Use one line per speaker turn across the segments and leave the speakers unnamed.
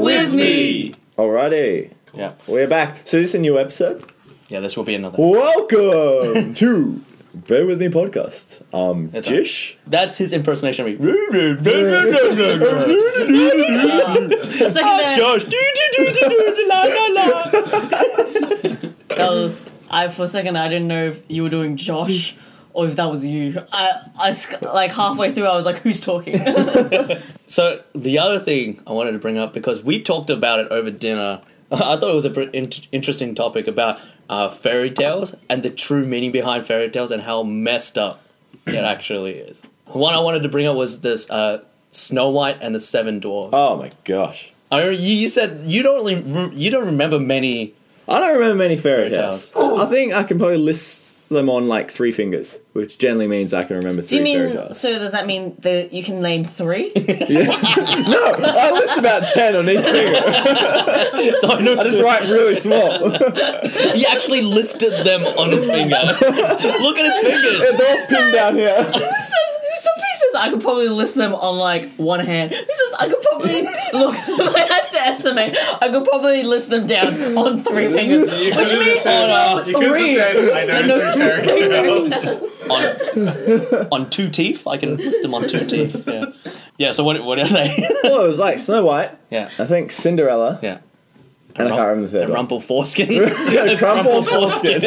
with me.
Alrighty,
Yeah.
we're back. So this is a new episode.
Yeah, this will be another.
Welcome to Bear With Me podcast. Um,
It's
Jish.
That's his impersonation of me.
It's
Oh,
like the
Josh.
that was, I for a second I didn't know if you were doing Josh or if that was you. I, I sc- like halfway through I was like, who's talking?
So the other thing I wanted to bring up because we talked about it over dinner. I thought it was an interesting topic about uh, fairy tales and the true meaning behind fairy tales and how messed up it actually is. One I wanted to bring up was this uh, Snow White and the Seven Dwarfs.
Oh my gosh,
I remember you, you said you don't really rem- you don't remember many.
I don't remember many fairy
Fairy
tales. I think I can probably list them on like three fingers, which generally means I can remember
Do
three
you
fairy
mean
tales.
so? Does that mean that you can name three?
no, I list about ten on each finger.
So I know
I just write really small.
He actually listed them on his finger. Look at his fingers.
They're all pinned down here.
who says? Who somebody says I could probably list them on like one hand? Who says I could probably look? if I had to estimate. I could probably list them down on three fingers.
You could have just
Oh,
said, uh,
no.
you could have
Three.
said, I know three fairy tales.
on, on two teeth. I can list them on two teeth. Yeah. Yeah. So what? What are they?
Well, it was like Snow White.
yeah.
I think Cinderella,
Yeah.
and I can't remember the
A
third one.
rumple foreskin.
Yeah, crumpled
foreskin.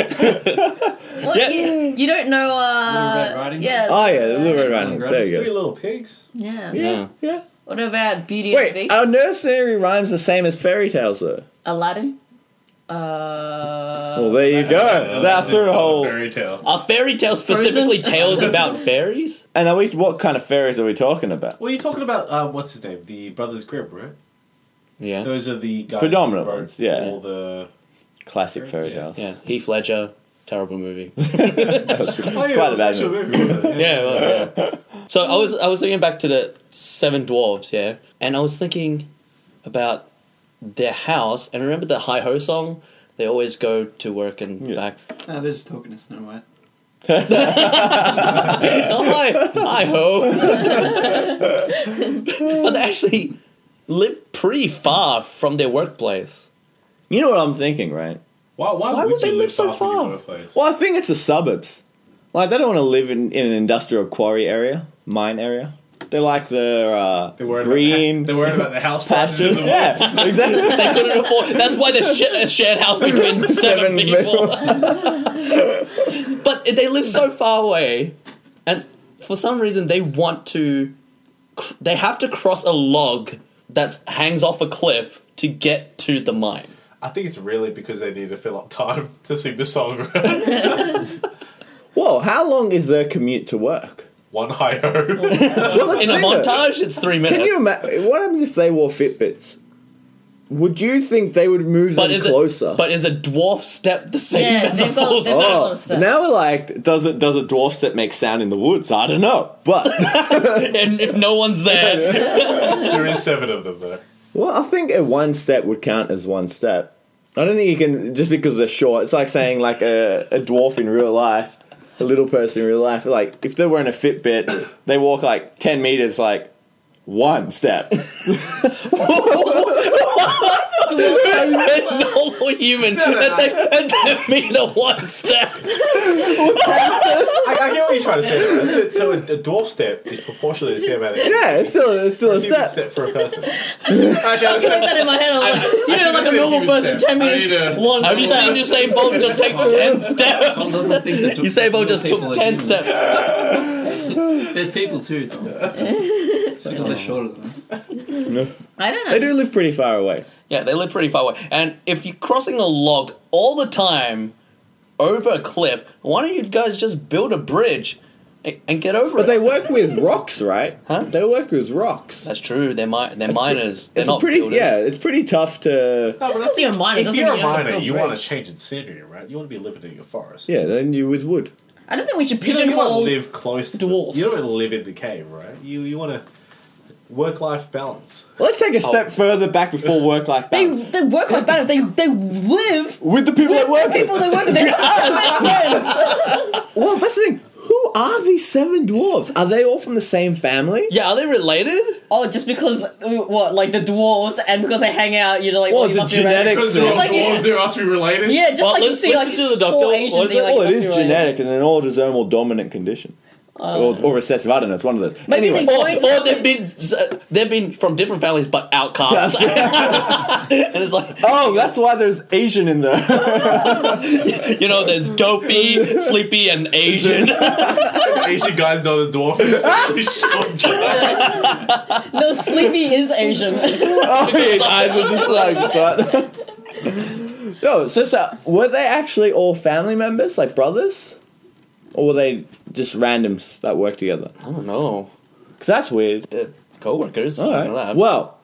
What,
Yeah.
you, you don't know. uh...
Little Red Riding Hood?
yeah.
Oh yeah, the Little Red Riding. Hood. There
Three
you go.
little pigs.
yeah.
Yeah, yeah.
What about Beauty and
Wait,
the
um,
Beast?
our nursery rhymes the same as fairy tales, though.
Aladdin. Uh.
Well, there you go. That's
Oh, Another
the whole.
fairy tale.
Are fairy tales specifically
Frozen?
tales about fairies?
And are we? What kind of fairies are we talking about?
Well, you're talking about uh, what's his name, the Brothers Grimm, right?
Yeah.
Those are the guys
Predominant
who wrote
ones, yeah.
All the
Classic fairy tales.
Yeah. Heath Ledger. Terrible movie.
That's
oh, yeah,
Quite a
it was
bad
actually
movie.
movie, wasn't it?
Yeah, well, yeah. So I was I was thinking back to the Seven Dwarves, yeah, and I was thinking about their house and remember the hi ho song. They always go to work and
Yeah.
back.
Oh, they're just talking to Snow White.
Oh hi, hi ho! but they actually live pretty far from their workplace.
You know what I'm thinking, right?
Why, why,
Why
would,
would they
you
live so
off of your
far?
workplace?
Well, I think it's the suburbs. Like they don't want to live in, in an industrial quarry area, mine area. They like their uh,
They're worried
green
About, they're worried about the house prices
pastures.
in the
Yeah,
woods.
exactly.
They couldn't afford. That's why they sh- a shared house between
Seven
seven people. but they live so far away, and for some reason they want to. Cr- they have to cross a log that hangs off a cliff to get to the mine.
I think it's really because they need to fill up time to sing the song. right?
Whoa, how long is their commute to work?
One high ho.
Well, let's
In a
think of it.
montage, it's three minutes.
Can you imagine? What happens if they wore Fitbits? Would you think they would move
but
them
is
closer?
it? But is a dwarf step the same
Yeah,
as a
they've got-
full
they've
step?
got-
Oh,
a lot of stuff.
now we're like, does it does a dwarf set make sound in the woods? I don't know, but
and if no one's there,
there is seven of them though.
well, I think a one step would count as one step. I don't think you can just because they're short. It's like saying like a, a dwarf in real life, a little person in real life. Like if they're wearing a Fitbit, they walk like ten meters, like one step.
there's a normal human that take that take me to one step.
I, I get what you're trying to say. though. So, so a, a dwarf step is proportionally the same amount of
Yeah, it's still it's still a
human
step.
step for a person. Actually, I was
I had that in my head. I was like, you
I
know,
should've
like a
said
normal
human
person,
step.
ten
I uh,
minutes,
need a-
one
Have you seen Usain Bolt just take ten
Tom
steps?
doesn't think that
Usain Bolt
little
just
people
took
are
ten
humans.
steps.
There's people too, Tom. It's because they're shorter than us.
I don't know.
They do live pretty far away.
Yeah, they live pretty far away. And if you're crossing a log all the time over a cliff, why don't you guys just build a bridge and, and get over
But
it?
they work with rocks, right? Huh? They work with rocks.
That's true. They're mi- they're miners. They're
It's a
not
pretty
builders.
yeah. It's pretty tough to
No, but
Just
that's-
'cause you're a miner
if
doesn't
you're
mean
a
you're
miner,
built
you
brave.
want to change the scenery, right? You want to be living in your forest.
yeah. Then you with wood.
I don't think we should
You don't, you want to
pigeonhole.
live close to the-
dwarfs.
You don't want to live in the cave, right? You you want to work life balance.
Let's take a step further back before work life
Oh. They
balance
they work like balance. They they live
with the people that
with
work.
the people
with.
they work with. They're not friends.
Well, that's the thing. Who Who are these seven dwarves? Are they all from the same family?
Yeah, are they related?
Oh, just because uh, what, like the dwarves, and because they hang out, you're like,
Well,
oh,
it's
you
a
must be related.
genetic-
Because they're
Just
all
like-
dwarves, they must be related.
Yeah, just
Well,
like you
let's-
see,
let's
like
do the
four
doctor. Well,
Asians,
Well, is
and you're
it,
like,
well, it
must
is
be related.
genetic and an autosomal dominant condition. or, or recessive, I don't know, it's one of those.
Maybe
anyway,
they-
Or,
Going
or
to-
they've been they've been from different families but outcasts. and it's like
oh, that's why there's Asian in there.
you know, there's dopey, sleepy, and Asian.
Asian guy's not a dwarf. It's a short guy.
No, Sleepy is Asian.
oh, his eyes are just like shut. Yo, so, so were they actually all family members, like brothers, or were they just randoms that worked together?
I don't know.
Because that's weird.
They're co-workers.
All
in a
right.
lab.
Well,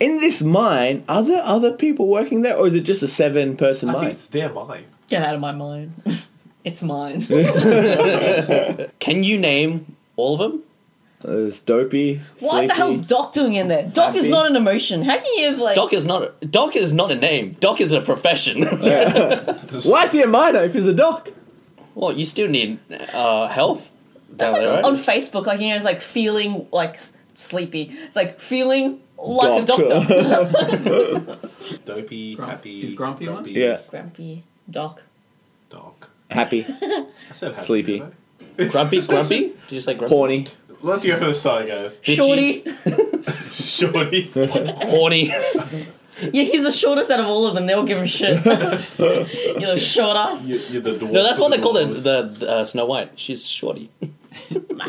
in this mine, are there other people working there, or is it just a seven-person
I think
mine?
it's their mine.
Get out of my mind. It's mine.
Can you name all of them?
There's Uh, dopey.
What the
Sleepy.
hell's Doc doing in there? Doc is
Happy.
not an emotion. How can you have like?
Doc is not. A, Doc is not a name. Doc is a profession.
Why is he a miner if he's a doc?
well, you still need uh, health. down
that's like
there, right?
on Facebook, like you know, it's like feeling like s- sleepy. It's like feeling like a doctor.
Dopey,
Grump-
happy,
is grumpy one?
Yeah.
Grumpy Doc.
Dog.
Happy,
I said happy,
Sleepy.
didn't I?
grumpy, grumpy. Did you say grumpy?
horny.
Let's go for the start, guys.
Did
Shorty.
Shorty.
You, horny.
Yeah, he's the shortest out of all of them. They all give him shit. you know, short ass.
You- You're the dwarf.
No, that's what they call the,
it.
the, the uh, Snow White. She's shorty.
Yeah.
My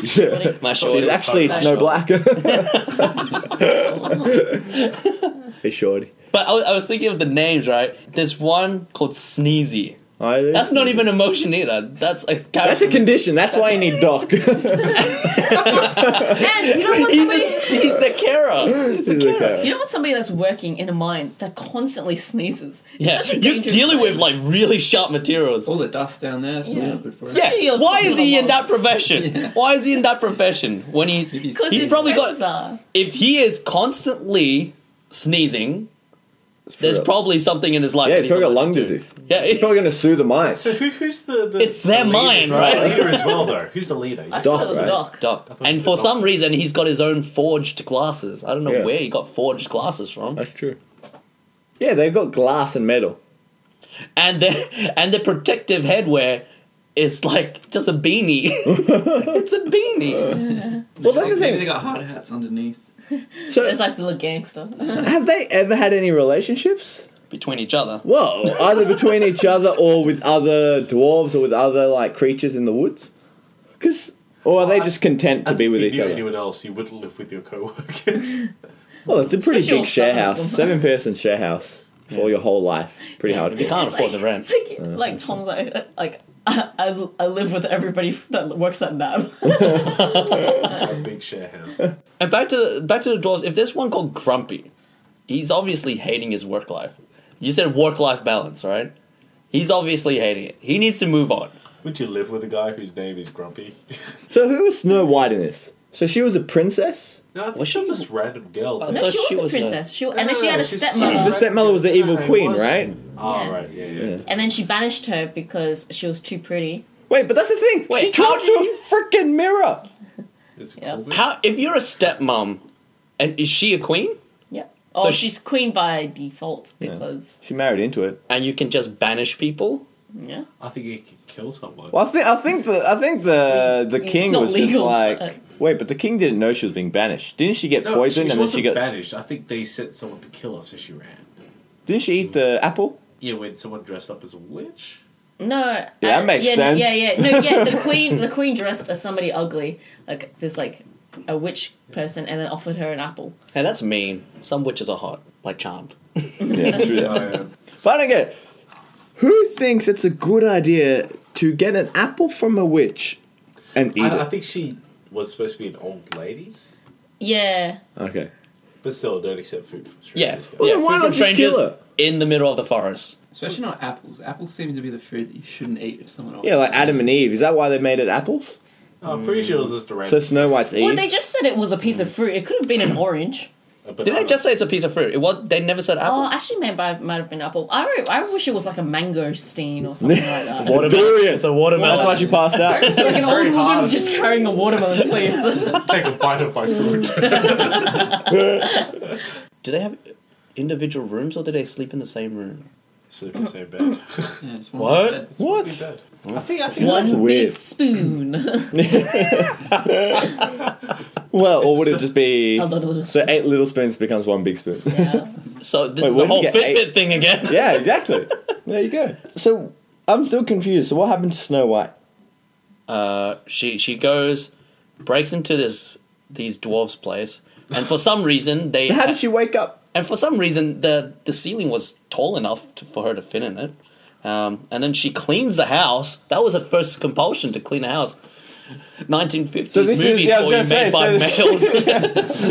She's
shorty.
actually
fine.
Snow Black. hey, shorty.
But I was, I was thinking of the names, right? There's one called Sneezy. That's not even emotion either. That's a character.
That's a condition. That's why you need doc.
And you don't want
He's,
somebody.
a, he's the carer. He's the carer.
You don't want somebody that's working in a mine that constantly sneezes. It's
Yeah,
such a
you're
dangerous
dealing with
thing.
like really sharp materials.
All the dust down there is
Yeah.
really not good for us.
Yeah,
Especially your
why is he in
computer
that profession?
Yeah.
Why is he in that profession when he's
If he's-
'Cause
he's
his
probably got-
friends are.
if he is constantly sneezing, there's
true.
probably something in his life.
yeah,
that
he's probably got lung
allergic to.
disease.
Yeah,
He's probably going to sue the mine.
So who, who's the, the
It's their
the leader?
mine,
Who's
right?
The leader as well, though. Who's the leader?
I thought
Doc,
it was
right?
Doc.
Doc.
thought it
And
was
for
the
some
doctor.
reason, he's got his own forged glasses. I don't know
Yeah.
where he got forged glasses from.
That's true. Yeah, they've got glass and metal.
And the and the protective headwear is like just a beanie. it's a beanie.
Well, that's the
Maybe
thing.
They got hard hats underneath.
So,
It's like the little gangster.
have they ever had any relationships?
Between each other.
Well, either between each other or with other dwarves or with other like creatures in the woods. Because, or are they just content to be with
if you
each
knew
other?
anyone else, you wouldn't live with your co-workers.
Well, it's a pretty
Especially all
big share
seven of
house,
them.
seven person share house for your whole life. Pretty hard.
You can't
It's
afford
like-
the rent.
It's like,
Uh-huh.
like Tom's like, uh, like I, I, I live with everybody that works at NAB.
a big share house.
And back to the, back to the dwarves. If there's one called Grumpy, he's obviously hating his work life. You said work life balance, right? He's obviously hating it. He needs to move on.
Would you live with a guy whose name is Grumpy?
So, who was Snow White in this? So, she was a princess?
No, I think
Was
was
she-
she this random girl?
Oh,
thing.
no,
thought
she
she
was,
was a-
a princess. She, and
No,
then
no,
she had
no,
a
she's-
The
stepmother.
stepmother was the evil
No, it
queen,
was.
right?
Oh,
Yeah.
right, yeah, yeah.
And then she banished her because she was too pretty.
Wait, but that's the thing. she
Wait, how
talks
do
through a freaking mirror.
It's
Yeah.
cool.
How if you're a stepmom, and is she a queen?
Yep. Oh,
So she-
she's queen by default because
She married into it.
And you can just banish people?
yeah.
I think he could kill someone.
Well, I think I think the I think the the
It's
king
not
was just
legal,
like
but-
wait, but the king didn't know she was being banished. Didn't she get
No,
poisoned and
she,
then she
wasn't
got?
banished. I think they sent someone to kill her, so she ran.
Didn't she eat the apple?
Yeah, when someone dressed up as a witch.
No. Yeah,
that makes
yeah,
sense.
Yeah, yeah, no, yeah. The queen, the queen dressed as somebody ugly, like this, like a witch person, and then offered her an apple.
Hey, that's mean. Some witches are hot, like Charmed.
Yeah, true that.
yeah.
But I don't get. it. Who thinks it's a good idea to get an apple from a witch and eat
I, I
it?
think she was supposed to be an old lady,
Yeah.
Okay.
but still, don't accept food from
Yeah.
strangers.
Well,
yeah.
then why
food
not
from
just kill
strangers
her?
In the middle of the forest.
Especially not apples. Apples seems to be the food that you shouldn't eat if someone else.
Yeah, like Adam and Eve. Is that why they made it apples?
Oh, I'm pretty sure it was just a
So
random.
Snow White's Eve.
Well, they just said it was a piece of fruit. It could have been an orange.
A banana.
Did I just say it's a piece of fruit? It was. They never said apple.
Oh, actually, maybe I might have been apple. I, re- I wish it was like a mango stain or something like that.
Watermelon. Durian. It's a watermelon. That's why she passed out.
It's like an
It's very
old woman
hard.
just carrying a watermelon, please.
take a bite of my food?
Do they have individual rooms or do they sleep in the same room?
Sleep in the same bed.
Yeah, it's
What?
bad.
Big
what?
bed. I think I think
That's
One
weird.
big spoon.
Well, or would it just be?
A lot of little
So eight little spoons becomes one big spoon.
yeah.
So this
Wait,
is
where
the
did
whole
you
Fitbit
get eight-
thing again.
yeah, exactly. There you go. So I'm still confused. So what happened to Snow White?
Uh, she she goes, breaks into this these dwarves' place, and for some reason they
So how did she wake up?
and for some reason the the ceiling was tall enough to, for her to fit in it. Um, and then she cleans the house. That was her first compulsion to clean a house. 1950s
So this is-
movies
yeah, I was
for
gonna say,
you made by males,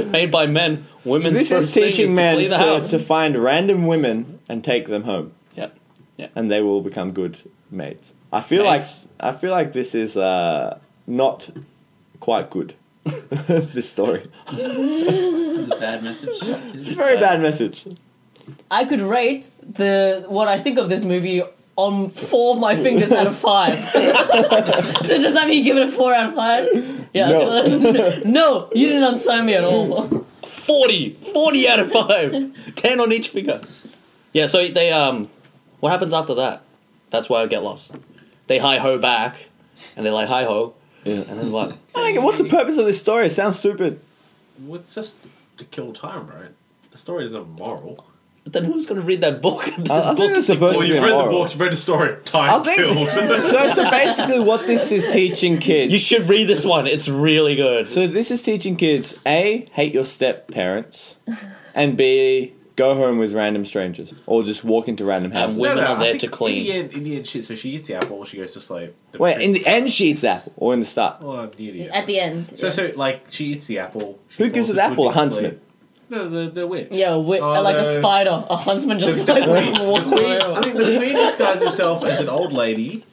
made by men.
So
Women's
this
first
is teaching
thing is to
men
clean the
to,
house.
to find random women and take them home,
Yeah.
and they will become good mates. I feel
Mates.
like I feel like this is uh, not quite good. this story.
It's a bad message.
It's a very bad message.
I could rate the what I think of this movie on four of my fingers out of five. so does that mean you give it a four out of five? Yeah.
No.
so- no, you didn't unsign me at all.
40 40 out of 5 10 on each figure yeah so they um what happens after that that's where i get lost they hi ho back and they're like hi ho
Yeah.
and then what
I think, what's the purpose of this story? It sounds stupid.
What's just to kill time, right? The story doesn't have a moral.
then who's going to read that book this
I, I
book
think it's supposed to
Well,
be
you've read the
moral.
book, you've read the story.
I
Time
think
killed.
so. So basically, what this is teaching kids.
you should read this one it's really good
so this is teaching kids: a, hate your step parents, and b, go home with random strangers or just walk into random houses.
women are
I
there
think
to clean.
In the end, in the end, shit. So she eats the apple. She goes to sleep. The
Wait, in the end, she eats the apple or in the start.
Oh, near the
At
end.
the end.
So, so like she eats the apple. she
Who gives
falls
her the
into
apple? A
deep
huntsman.
sleep. No, the the witch.
yeah, wi-
Oh,
like a
no.
spider, a huntsman
The,
just
the
like
queen.
walks
The queen- I
around.
think the queen disguises herself as an old lady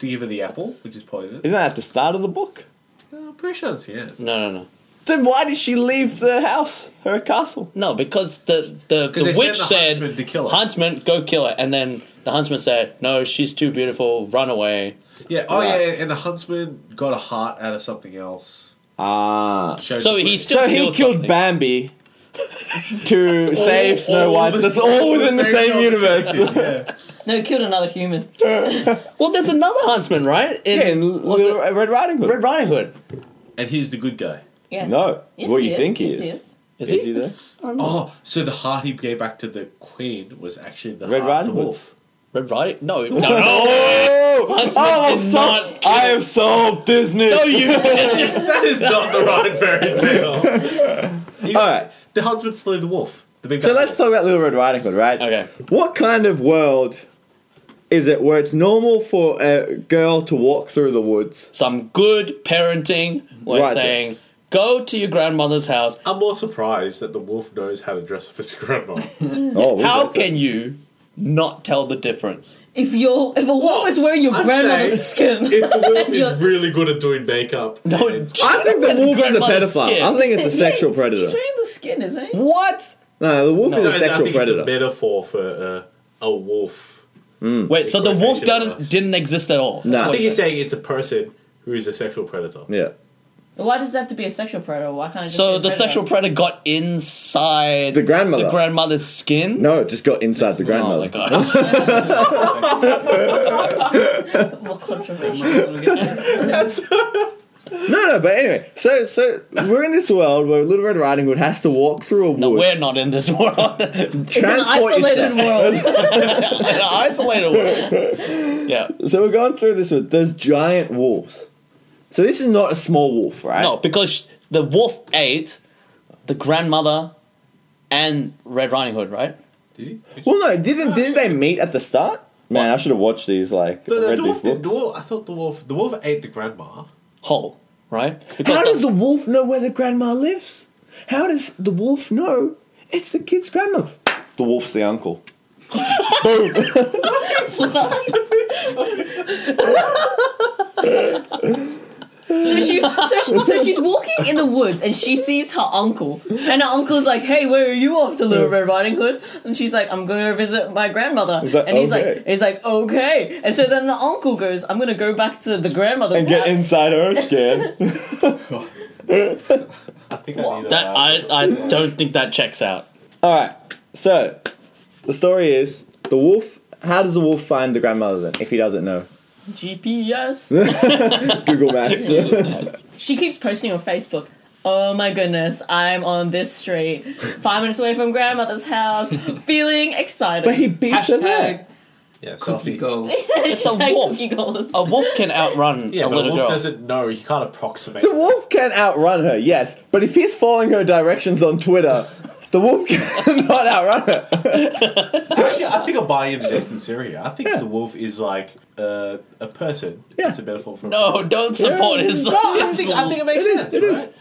to give her the apple, which is poison.
Isn't that at the start of the book?
No, I'm pretty sure it's the end.
no no no
Then why did she leave the house, her castle?
no because the the, the
they
witch
sent
said
the huntsman to kill her.
huntsman go kill her and then the huntsman said no she's too beautiful run away
Yeah. Oh
Right.
yeah. And the huntsman got a heart out of something else.
Ah.
Shows
So
the
he
witch.
still
So he
killed
killed
something.
Bambi to save Snow
all
White.
the-
That's all within the
They
same
showed
universe.
Yeah.
No, it killed another human.
well there's another huntsman right in,
Yeah, in
what's
Little,
it?
Red Riding Hood.
red riding hood
And he's the good guy.
Yeah.
No.
Yes,
what
he
do you think
yes,
he is?
is,
Is
he
he there?
Oh, so the heart he gave back to the queen was actually the
Red
heart
Riding
of the
Hood.
wolf.
Red Riding? No, no, no,
Oh!
Huntsman
I
did
have
not
solved, I have solved Disney!
no, you didn't.
That is not the right fairy tale.
Alright,
The huntsman slew the wolf. The big
so
bad
let's
wolf.
talk about Little Red Riding Hood, right?
Okay.
What kind of world is it where it's normal for a girl to walk through the woods?
Some good parenting. We're
Right.
saying go to your grandmother's house.
I'm more surprised that the wolf knows how to dress up as grandma.
Oh,
How can you not tell the difference?
If you're if a wolf
Well,
is wearing your
I'd
grandmother's
say
skin,
If the wolf
You're-
is really good at doing makeup,
No,
and-
I think the
With
wolf is a
grandmother's
pedophile.
skin.
I think it's a sexual predator.
she's wearing the skin, isn't he?
What?
No, the wolf
No,
is a
I
sexual
think
predator.
it's a metaphor for uh, a wolf.
Wait, so the wolf didn't, didn't exist at all? That's
No.
I
what
think
you're
you're
saying.
saying it's a person who is a sexual predator.
yeah.
Why does it have to be a sexual predator? Why can't it just be
So
a
the
predator?
sexual predator got inside
The grandmother.
the grandmother's skin.
no, it just got inside the
Oh
grandmother.
my god!
More controversial.
It's
No, no, but anyway, so so we're in this world where Little Red Riding Hood has to walk through a wood.
No, we're not in this world. An
It's an isolated world.
isolated world. Yeah.
So we're going through this wood. There's giant wolves. So this is not a small wolf, right?
No, because the wolf ate the grandmother and Red Riding Hood, right?
Did he?
Well, no, didn't didn't they meet at the start? Man, I should have watched these. Like,
The, the
read
dwarf,
these
did,
books.
dwarf, I thought the wolf. The wolf ate the grandma.
Whole, right? Because
How does the wolf know where the grandma lives? How does the wolf know it's the kid's grandma? The wolf's the uncle. Boom.
So she, so she, so she's walking in the woods and she sees her uncle, and her uncle's like, "Hey, where are you off to, Little Red Riding Hood?" And she's like, "I'm going to visit my grandmother."
He's like,
and he's
"Okay."
like, "He's like, okay." And so then the uncle goes, "I'm going to go back to the grandmother's
and get
house."
inside her skin.
I think I need a
That
laugh.
I, I don't think that checks out.
All right. So the story is the wolf. How does the wolf find the grandmother then if he doesn't know?
GPS.
Google Maps.
she keeps posting on Facebook. Oh my goodness, I'm on this street, five minutes away from grandmother's house, feeling excited.
but he beats her there.
Hashtag
yeah,
cookie
selfie.
goals.
it's
a wolf. A wolf can outrun
Yeah,
a
but the
little
wolf
girl.
doesn't know. He can't approximate.
The wolf can outrun her, yes. But if he's following her directions on Twitter, the wolf cannot outrun her.
Actually, I think I'm buying into Jason's theory. here. I think the wolf is like uh, a person.
Yeah.
It's a metaphor for. A
No, don't support
Yeah.
his.
No,
person. I think I think it makes
It is,
sense,
it is.
right?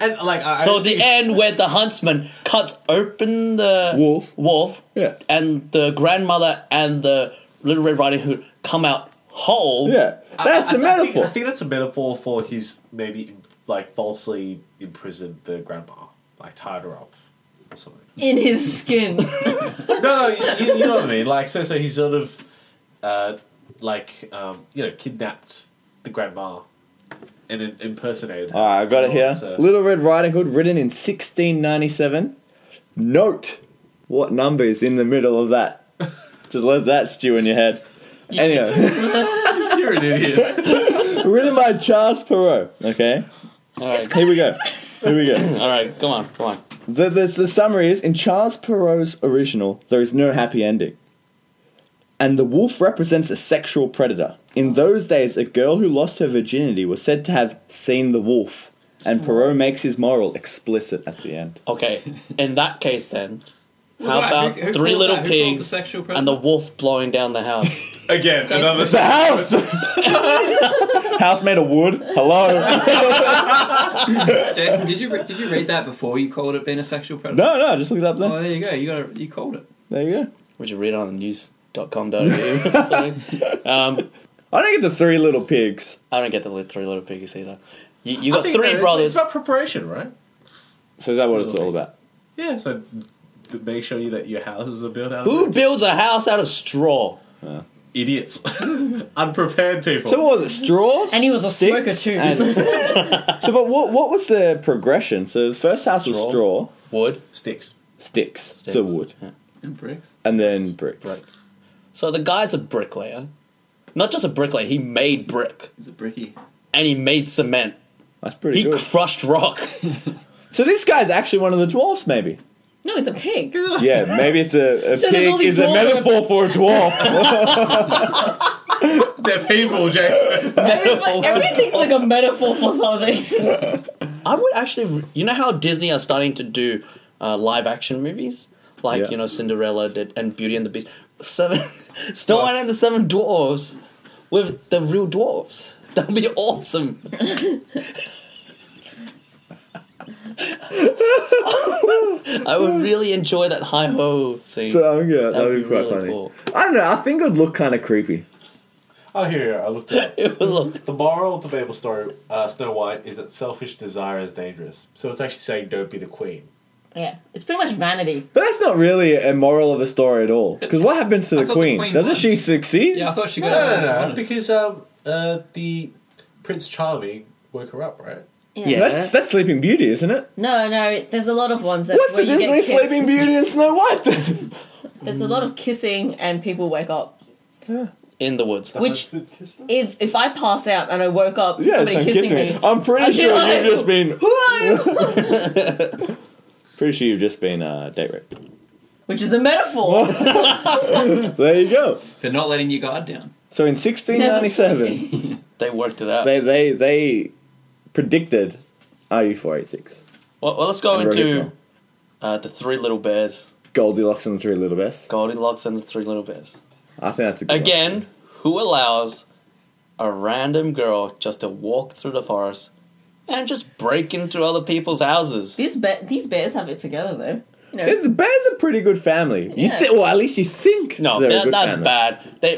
And like, I,
So
I,
the end where the huntsman cuts open the
Wolf.
wolf,
Yeah.
and the grandmother and the little Red Riding Hood come out whole.
Yeah. That's
I-
a
I- I think,
metaphor.
I think that's a metaphor for his maybe like falsely imprisoned the grandma, like tied her up or something.
in his skin.
no, no, you, you- you know what I mean. Like so, so he sort of uh, like um, you know kidnapped the grandma and in- impersonated. her.
All
Ah.
right, I got it
Oh,
here.
it's a-
Little Red Riding Hood, written in 1697. Note what number is in the middle of that. Just let that stew in your head. Anyway,
You're an idiot.
written by Charles Perrault. Okay,
All right,
here we go. Here we go.
all right, come on, come on.
The, the, the summary is in Charles Perrault's original, there is no happy ending. And the wolf represents a sexual predator. In those days, a girl who lost her virginity was said to have seen the wolf. And Perrault makes his moral explicit at the end.
Okay, in that case, then, how
Right,
about
who- who
three
called
little
that? Who called the
pigs
sexual
and the wolf blowing down the house?
Again, another
The house! house made of wood? Hello?
predator? Jason, did you re- did you read that before you called it being a sexual predator?
no, no, just look it up
Oh,
there.
there you go. You got you called it.
There you go.
Would you read it on the news.com.au? Sorry. um,
I don't get the three little pigs.
I don't get the li- three little piggies either. You, you
I
got
think that
three
it's- It's
brothers.
about preparation, right?
So is that what it's all about?
Yeah. So to make sure you that your houses are built out. of
Who builds a house out of straw?
idiots, unprepared people?
So what was it? Straws?
And he was a
Sticks?
smoker too.
And- so, but what what was the progression? So the first house was
Straw.
straw,
Wood.
Sticks.
sticks,
Sticks.
so wood,
And bricks.
and then bricks.
Brick.
So the guy's a bricklayer. Not just a bricklayer, he made brick.
He's a bricky.
And he made cement.
That's pretty
he
good.
crushed rock.
so this guy's actually one of the dwarfs, maybe.
No, it's a pig.
Yeah, maybe it's a, a
So there's all
pig
these
is a
dwarves that are-
metaphor for a dwarf.
They're people, Jason.
Everybody, everything's like a metaphor for something.
I would actually. You know how Disney are starting to do uh, live action movies? Like,
Yeah.
you know, Cinderella did, and Beauty and the Beast. Seven, Snow White and the Seven Dwarves with the real dwarves. That would be awesome. I would really enjoy that high ho scene.
so I'm good. That'd,
That'd
be,
be
quite
really
funny.
cool.
I don't know. I think it'd look kind of creepy.
Oh, here, here. I looked it up.
it would look
The moral of the Babel story, uh, Snow White, is that selfish desire is dangerous. So it's actually saying, "Don't be the queen."
Yeah, it's pretty much vanity.
But that's not really a moral of a story at all. Because what happens to
I
the
thought the
queen?
queen
Doesn't
won.
she succeed?
Yeah, I thought she got.
No, no, no, because um, uh, the Prince Charming woke her up, right?
Yeah.
That's that's Sleeping Beauty, isn't it?
No, no, there's a lot of ones that
What's
where
the
you
difference
get
between
kissed.
Sleeping Beauty and Snow White? Then?
There's a lot of kissing and people wake up.
in the woods.
Which- If if I pass out and I woke up to
Yeah,
somebody
it's not
kissing, me,
I'm pretty
I'd be
sure
like,
you've just been.
who are you?
Pretty sure you've just been uh, date raped.
Which is a metaphor.
There you go.
For not letting your guard down.
So in 1697,
They worked it out.
they they they predicted RU486,
well, well, let's go
And Rugged
into
Hill.
uh, the Three Little Bears,
Goldilocks and the Three Little Bears.
Goldilocks and the Three Little Bears.
I think that's a good
Again, who allows a random girl just to walk through the forest and just break into other people's houses?
these be- these bears have it together though. You know,
One. Yeah, the bears are pretty good family. You
Yeah.
thi- well, at least you think.
No,
they're a
that,
good
that's
family.
bad. They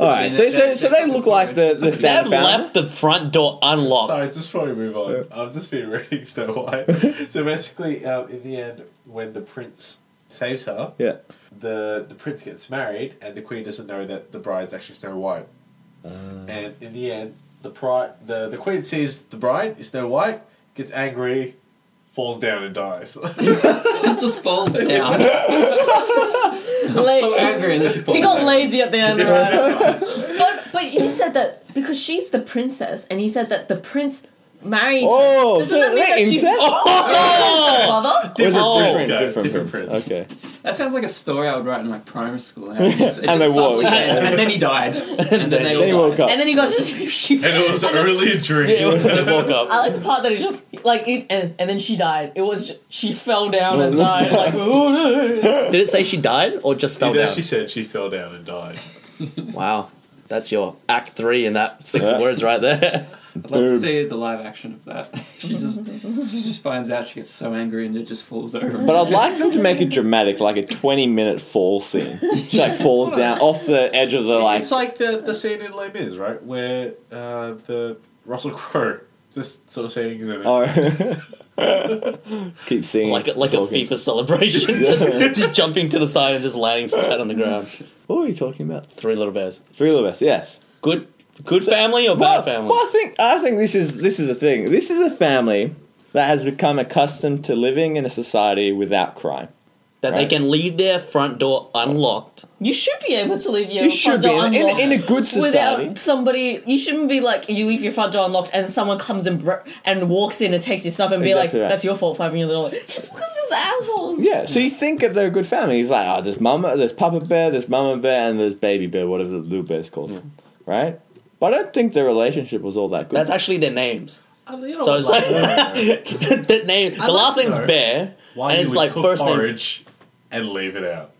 All right, so so, so they look like the the
They've
standard founder.
left the front door unlocked.
Sorry, just before we move on, I've just been reading Snow White. so basically, um, in the end, when the prince saves her,
Yeah.
the the prince gets married, and the queen doesn't know that the bride's actually Snow White. And in the end, the pri- the the queen sees the bride is Snow White, gets angry, falls down and dies.
It just falls down. so
La-
angry and then she falls
he got
down.
lazy at the end, right? but but you said that because she's the princess, and he said that the prince married. her.
Oh,
doesn't
so
that mean
they're
that she's
incest?
the father?
Was it
Oh,
different?
okay,
different,
different
prince.
prince.
Okay.
That sounds like a story I would write in like primary school. And, it just, it
And they
just suddenly
walk.
ends, and then he died. And then they,
Then he
all died.
woke up.
And then he got just she.
and it was only a dream.
they woke up.
I like the part that is just like it, and, and then she died. It was just, she fell down and died. Like "Oh, no."
Did it say she died or just fell
You know,
down?
she said she fell down and died.
Wow, that's your act three in that six
Yeah.
words right there.
I'd like to
Boom.
see the live action of that. She just she just finds out she gets so angry and it just falls over.
But I'd like them to make it dramatic, like a 20 minute fall scene. She like falls down off the edge of the like.
it's like the the scene in Les Mis, right, where uh, the Russell Crowe just sort of saying, "Is in it.
Oh. Keep singing.
Like a, like a
talking.
FIFA celebration, just, just jumping to the side and just landing flat on the ground.
What were you talking about?
Three little bears.
Three little bears. Yes.
Good good family or bad
Well,
family?
well, I think I think this is this is a thing. This is a family that has become accustomed to living in a society without crime.
That
Right.
they can leave their front door unlocked.
You should be able to leave your
You
front
should be
door
in, in,
unlocked
in a good society.
without somebody. You shouldn't be like you leave your front door unlocked and someone comes and br- and walks in and takes your stuff and be
Exactly
like,
right.
"That's your fault, five million dollars." It's because there's assholes.
Yeah, so you think that they're a good family. He's like, oh, there's mama, there's papa bear, there's mama bear, and there's baby bear, whatever the little bear's called, right? But I don't think their relationship was all that good.
That's actually their names.
I mean, you know
So
what,
it's
like-
like the name. The
like
last
to
name's
know
Bear,
Why
and
you
it's
would
like
cook
first name.
porridge and leave it out.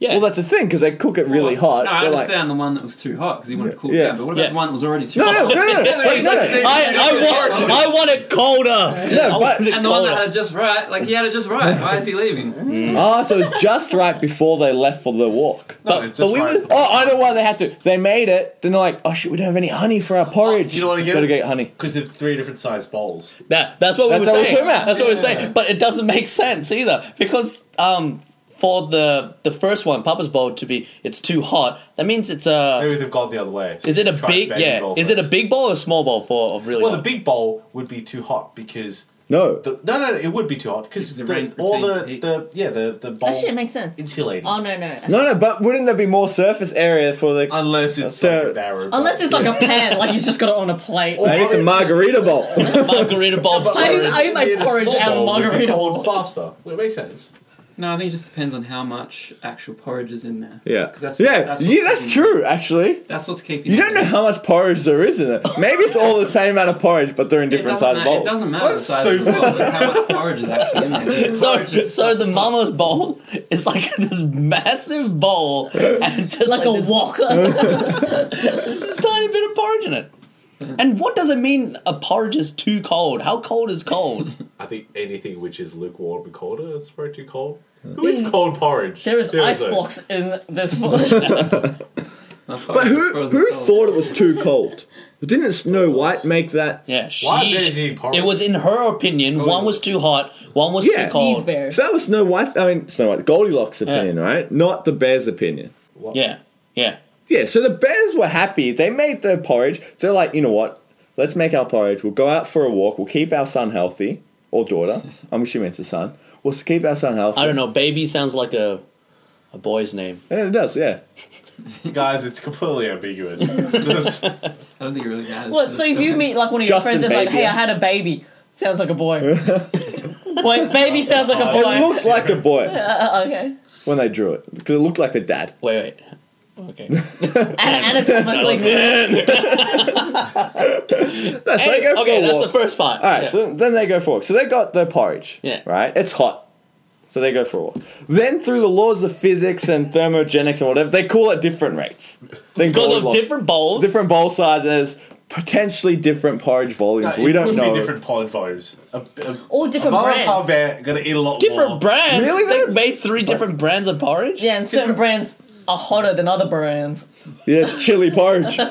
Yeah,
well, that's the thing because they cook it
Oh.
really hot.
No, I
They're like-
understand the one that was too hot because he wanted to cool
Yeah.
down. But what about
Yeah.
the one that was already too
no,
hot?
no, no, no, no,
Like,
no, no,
they-
no.
I, I,
they-
want,
they-
I want it colder.
No,
I
but-
want it
and the one that
colder.
had it just right, like he had it just right. Why is he leaving?
Oh, so it's just right before they left for the walk.
No,
But-
it's
but
just
we
right.
would-
Oh, I know why they had to. So they made it. Then they're like, oh shit, we don't have any honey for our porridge.
You don't wanna get
Gotta
it?
get honey.
Because they're three different sized bowls.
That, that's what we
That's
were
how we
saying.
came out.
That's what we were saying. But it doesn't make sense either because um, for the the first one, Papa's bowl to be it's too hot. That means it's a.
Maybe they've gone the other way. So
Is it a
try
big?
baby
Yeah.
bowl
Is it a
first.
big bowl or a small bowl for a really?
Well,
hot-
the big bowl would be too hot because
No.
the no no, no it would be too hot because
Because the rain
all the,
retains the
the yeah the the bowl
Actually, it makes sense.
insulated
Oh no, no.
no, no, but wouldn't there be more surface area for the.
unless it's
So-
like a narrow bowl.
Unless it's like a pan, like he's just got it on a plate.
Hey, it's a margarita bowl.
margarita bowl. of
I-
porridge.
I make
Yeah, the
porridge
small
out of
bowl would be
margarita.
cold faster. Well, it makes sense.
No, I think it just depends on how much actual porridge is in there.
Yeah.
'Cause that's-
yeah,
that's
yeah,
what's
that's
keeping-
true, actually.
That's what's keeping.
You
it
don't know
in.
how much porridge there is in it. Maybe it's all the same amount of porridge, but they're in
It
different
doesn't
sized
ma-
bowls.
It doesn't matter the
That's
size of the
stupid.
bowl. It's how much porridge is actually in there. 'Cause the
So,
porridge is
so the mama's bowl is like this massive bowl and just
like
like,
a
this,
walker.
this tiny bit of porridge in it. And what does it mean a porridge is too cold? How cold is cold?
I think anything which is lukewarm and colder is probably too cold. Who eats cold porridge?
there is ice
Seriously.
blocks in this one.
But who who thought it was too cold? Didn't Snow White make that?
Yeah, she,
Why bears eating porridge? Oh,
It was in her opinion. One was too hot, one was
Yeah.
too
These
cold.
bears.
So that was Snow White. I mean, Snow White Goldilocks' opinion, right? Not the bear's opinion.
Yeah, yeah.
Yeah. So the bears were happy. They made their porridge. They're like, you know what? Let's make our porridge. We'll go out for a walk. We'll keep our son healthy or daughter. I'm assuming it's a son. We'll keep our son healthy.
I don't know. Baby sounds like a a boy's name.
Yeah, it does. Yeah.
Guys, it's completely ambiguous. It's-
I don't think it really matters.
What? So if you meet like one of your
Justin
friends, it's like,
Baby.
"Hey, I had a baby." Sounds like a boy. Wait, baby sounds like a
Oh,
It
boy.
looked like a boy
Uh, okay.
when they drew it because it looked like the dad.
Wait, wait. Okay.
An- anatomically.
No, so they go for
okay,
a
that's
walk.
the first part.
All right,
Yeah.
so then they go for a walk. So they got their porridge.
Yeah.
Right? It's hot. So they go for a walk. Then, through the laws of physics and thermogenics and whatever, they call it different rates. They
because
call
of
it lots-
different bowls.
different bowl sizes, potentially different porridge volumes.
No,
we
it
don't
would be
know.
Different porridge volumes. A, a,
All different
Mara
brands.
Palmer gonna eat a lot
different
more.
brands.
Really,
They
though?
made three different brands of porridge.
Yeah, and certain brands are hotter than other brands.
Yeah, chili poach.
yeah,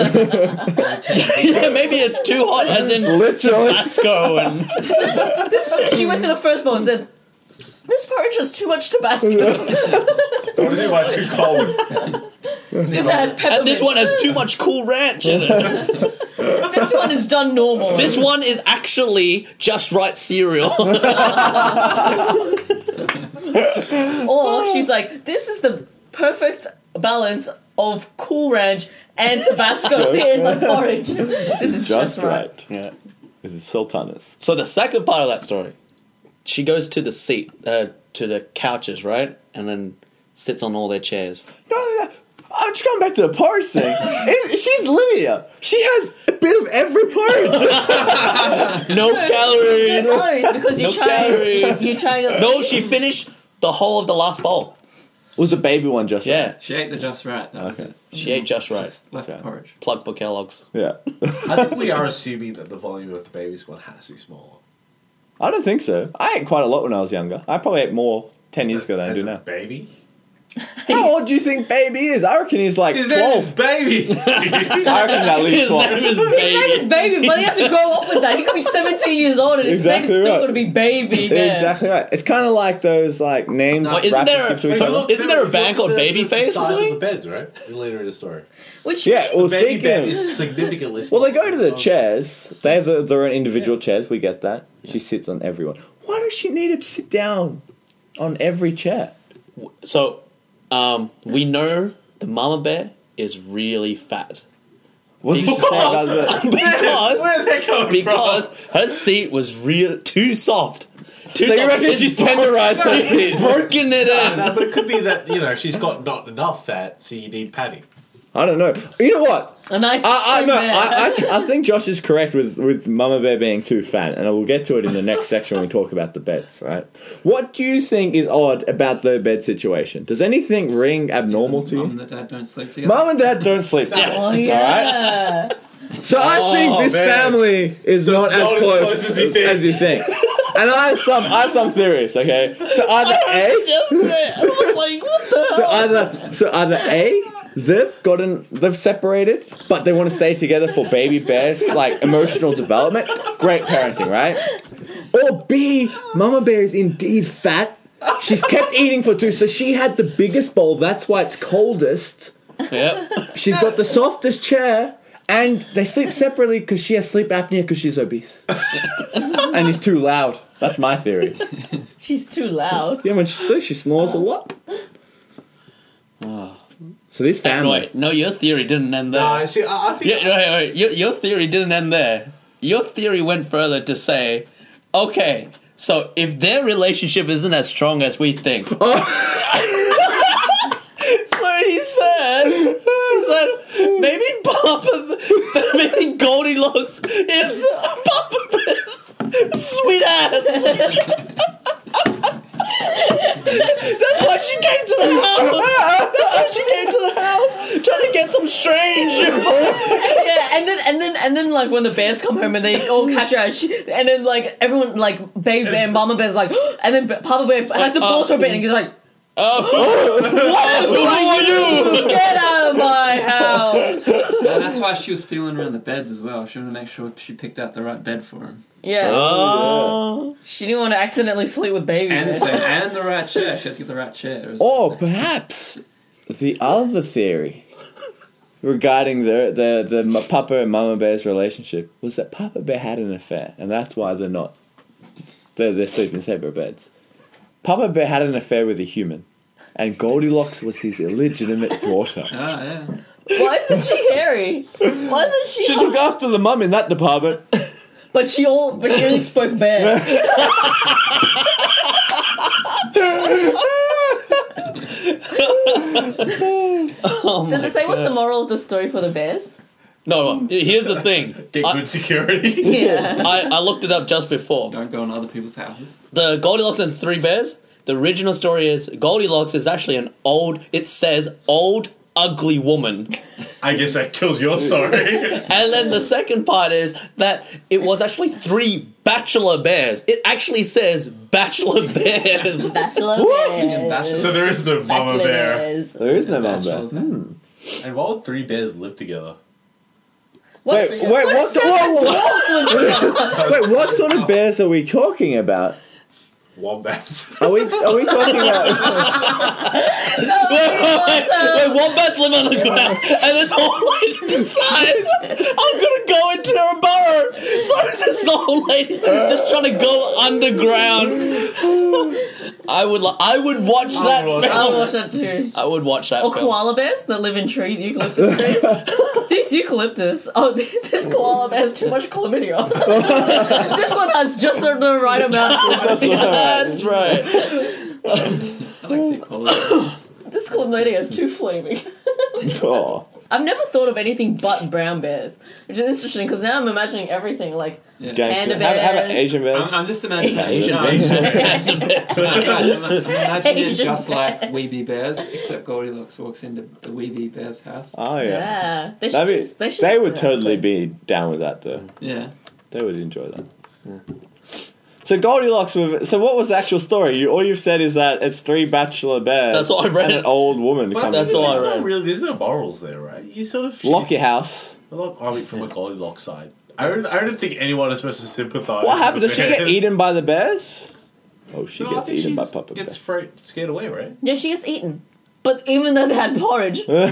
maybe it's too hot, as in
Literally.
Tabasco and
She went to the first bowl and said, "This porridge has too much Tabasco.
What is it like too cold?
this has peppermint.
and this one has too much cool ranch in it.
This one is done normal.
This one is actually just right cereal.
Or she's like, this is the perfect balance of Cool Ranch and Tabasco in the porridge. This is
Just
right.
right. Yeah. With the sultanas.
so the second part of that story, she goes to the seat, uh, to the couches, right, and then sits on all their chairs.
No, no, no. I'm just going back to the porridge thing. It- she's Lydia. She has a bit of every porridge.
No
No
calories.
calories because you're
No
trying.
calories.
You're trying to.
No, she finished the whole of the last bowl.
It was a baby one, just
Yeah,
She ate the just right. That was
Okay.
it.
she ate just right.
Just left
Okay.
porridge.
Plug for Kellogg's.
Yeah.
I think we are assuming that the volume of the baby's one has to be smaller.
I don't think so. I ate quite a lot when I was younger. I probably ate more 10 years ago than I
As
do
a
now.
baby?
How old do you think baby is? I reckon he's like
His name is
12.
Baby!
I reckon at least
His
12.
name is
His name is
Baby.
baby, but he has to grow up with that. He could be 17 years old and his
Exactly
name's still
right.
going to be baby.
You're
Man.
Exactly right. It's kind of like those like names.
Well,
rappers
isn't there a-
give to each
Wait,
other.
look- Isn't there a van called
The- the-
Babyface or
The size
something?
of the beds, right? Later in the story.
Which
Yeah. Well,
Baby
speaking
bed
of-
is significantly smaller.
well, they go to the
Oh.
chairs. They have their- their own individual chairs. We get that. She sits on everyone. Why does she need to sit down on every chair?
So, um, we know the mama bear is really fat
What does she say about that?
because
Where's that coming
because
from?
her seat was real too soft. Too
So you
soft.
reckon
It's
she's
broken-
tenderized that
It's
seat?
broken it in.
No, but it could be that, you know, she's got not enough fat, so you need padding.
I don't know. You know what?
a nice.
I, I,
slim
no,
man.
I, I, tr- I think Josh is correct with, with Mama Bear being too fat, and we'll get to it in the next section when we talk about the beds, right? What do you think is odd about the bed situation? Does anything ring abnormal to
Mum
you?
and the dad don't sleep together.
Mum and Dad don't sleep.
Oh
yeah.
yeah.
So I think this
Oh, man.
family is not,
not
as
as
close, as,
close as you think.
as you think. and I have some, I have some theories. Okay, so either A, so either, so either A, they've gotten, they've separated, but they want to stay together for baby bears, like emotional development. Great parenting, right? Or B, Mama Bear is indeed fat. She's kept eating for two, so she had the biggest bowl. That's why it's coldest.
Yep.
She's got the softest chair, and they sleep separately because she has sleep apnea because she's obese. and he's too loud. That's my theory.
She's too loud.
Yeah, when she sleeps, she snores a lot. So this family.
Wait, no, your theory didn't end there.
No, see, I, I think
Yeah, right, right. Your, your theory didn't end there. Your theory went further to say, okay, so if their relationship isn't as strong as we think. so he said, he said, maybe Papa, maybe Goldilocks is Papa Bear's sweet ass. That's why she came to the house. That's why she came to the house trying to get some strange.
Yeah, and then and then and then like when the bears come home and they all catch her, out, she, and then like everyone like baby bear and mama bear's like, and then Papa bear has the balls for a bit and he's like, "Oh,
Oh. Who are you?
get out of my house.
No, Uh, that's why she was feeling around the beds as well. She wanted to make sure she picked out the right bed for him.
Yeah,
Oh.
she didn't want to accidentally sleep with baby.
And, the
bear.
same- and the right chair. She had to get the right chair. It was-
Or perhaps the other theory regarding the, the, the Papa and Mama Bear's relationship was that Papa Bear had an affair, and that's why they're not. They're, they're sleeping in separate beds. Papa Bear had an affair with a human, and Goldilocks was his illegitimate daughter.
Ah, yeah.
Why isn't she hairy? Why isn't she?
She took after the mum in that department.
But she all but she only spoke bear. Does it say what's the moral of the story for the bears?
No, no, here's the thing.
get
I,
good security.
Yeah.
I, I looked it up just before.
Don't go in other people's houses.
The Goldilocks and the Three Bears, the original story is Goldilocks is actually an old, it says old ugly woman.
I guess that kills your story.
And then the second part is that it was actually three bachelor bears. It actually says bachelor bears.
Bachelor
Fucking
bears.
bachelor-
so there is no mama
Bachelor
bear.
bears.
There is no mum
Bachelor
bear. Hmm.
And why would three bears live together?
Wait,
What's-
Hmm. wait, what?
what's
The,
that?
whoa, whoa, whoa. wait, what sort of bears are we talking about?
Wombats.
Are we are we talking about?
awesome.
Wait, wombats live on the ground, and it's all like sides. I'm gonna go into a burrow. So it's this old lady just trying to go underground. I would, li- I would watch that.
watch
I'll Oh, watch
film.
that too.
I would watch that.
Or
film.
koala bears that live in trees, eucalyptus trees. These eucalyptus. Oh, this koala bear has too much chlamydia. this one has just the right amount.
That's right.
I like to see quality.
this chlamydia is too flaming.
Oh,
I've never thought of anything but brown bears, which is interesting because now I'm imagining everything like
gangster.
Panda
Have, have an
bears.
Asian bears.
I'm, I'm just imagining
Asian
I'm-
bears.
That's the best
I'm imagining it
Asian
just like
bears.
Weeby Bears, except Goldilocks walks into the Weeby Bear's house.
Oh
yeah.
yeah.
They should.
That'd be-
just- they should
they
do
would
that.
totally be down with that though.
Yeah.
They would enjoy that. So Goldilocks with so what was the actual story? You all you've said is that it's three bachelor bears.
That's what I read.
And an old woman
But
comes.
that's
there's
all I
no
read.
real- there's no morals there, right? You sort of
Lock your house.
Lock, I mean, from a Goldilocks side, I don't, I don't think anyone is supposed to sympathise.
What
with
happened?
the
Does she get
bears.
eaten by the bears? Oh, she
No, I
gets
think
eaten
she
by
just
Papa
Gets fra- scared away, right?
Yeah, she gets eaten. But even though they had porridge, they,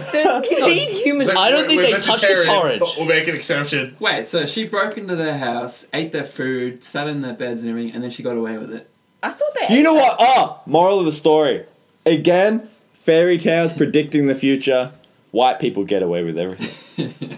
they eat humans.
Like,
I don't
we're-
think
we're
they touch the
vegetarian,
porridge.
But we'll make an exception.
Wait, so she broke into their house, ate their food, sat in their beds and everything, and then she got away with it.
I thought they.
You
ate
know
that.
what? Oh, moral of the story. Again, fairy tales predicting the future. White people get away with everything.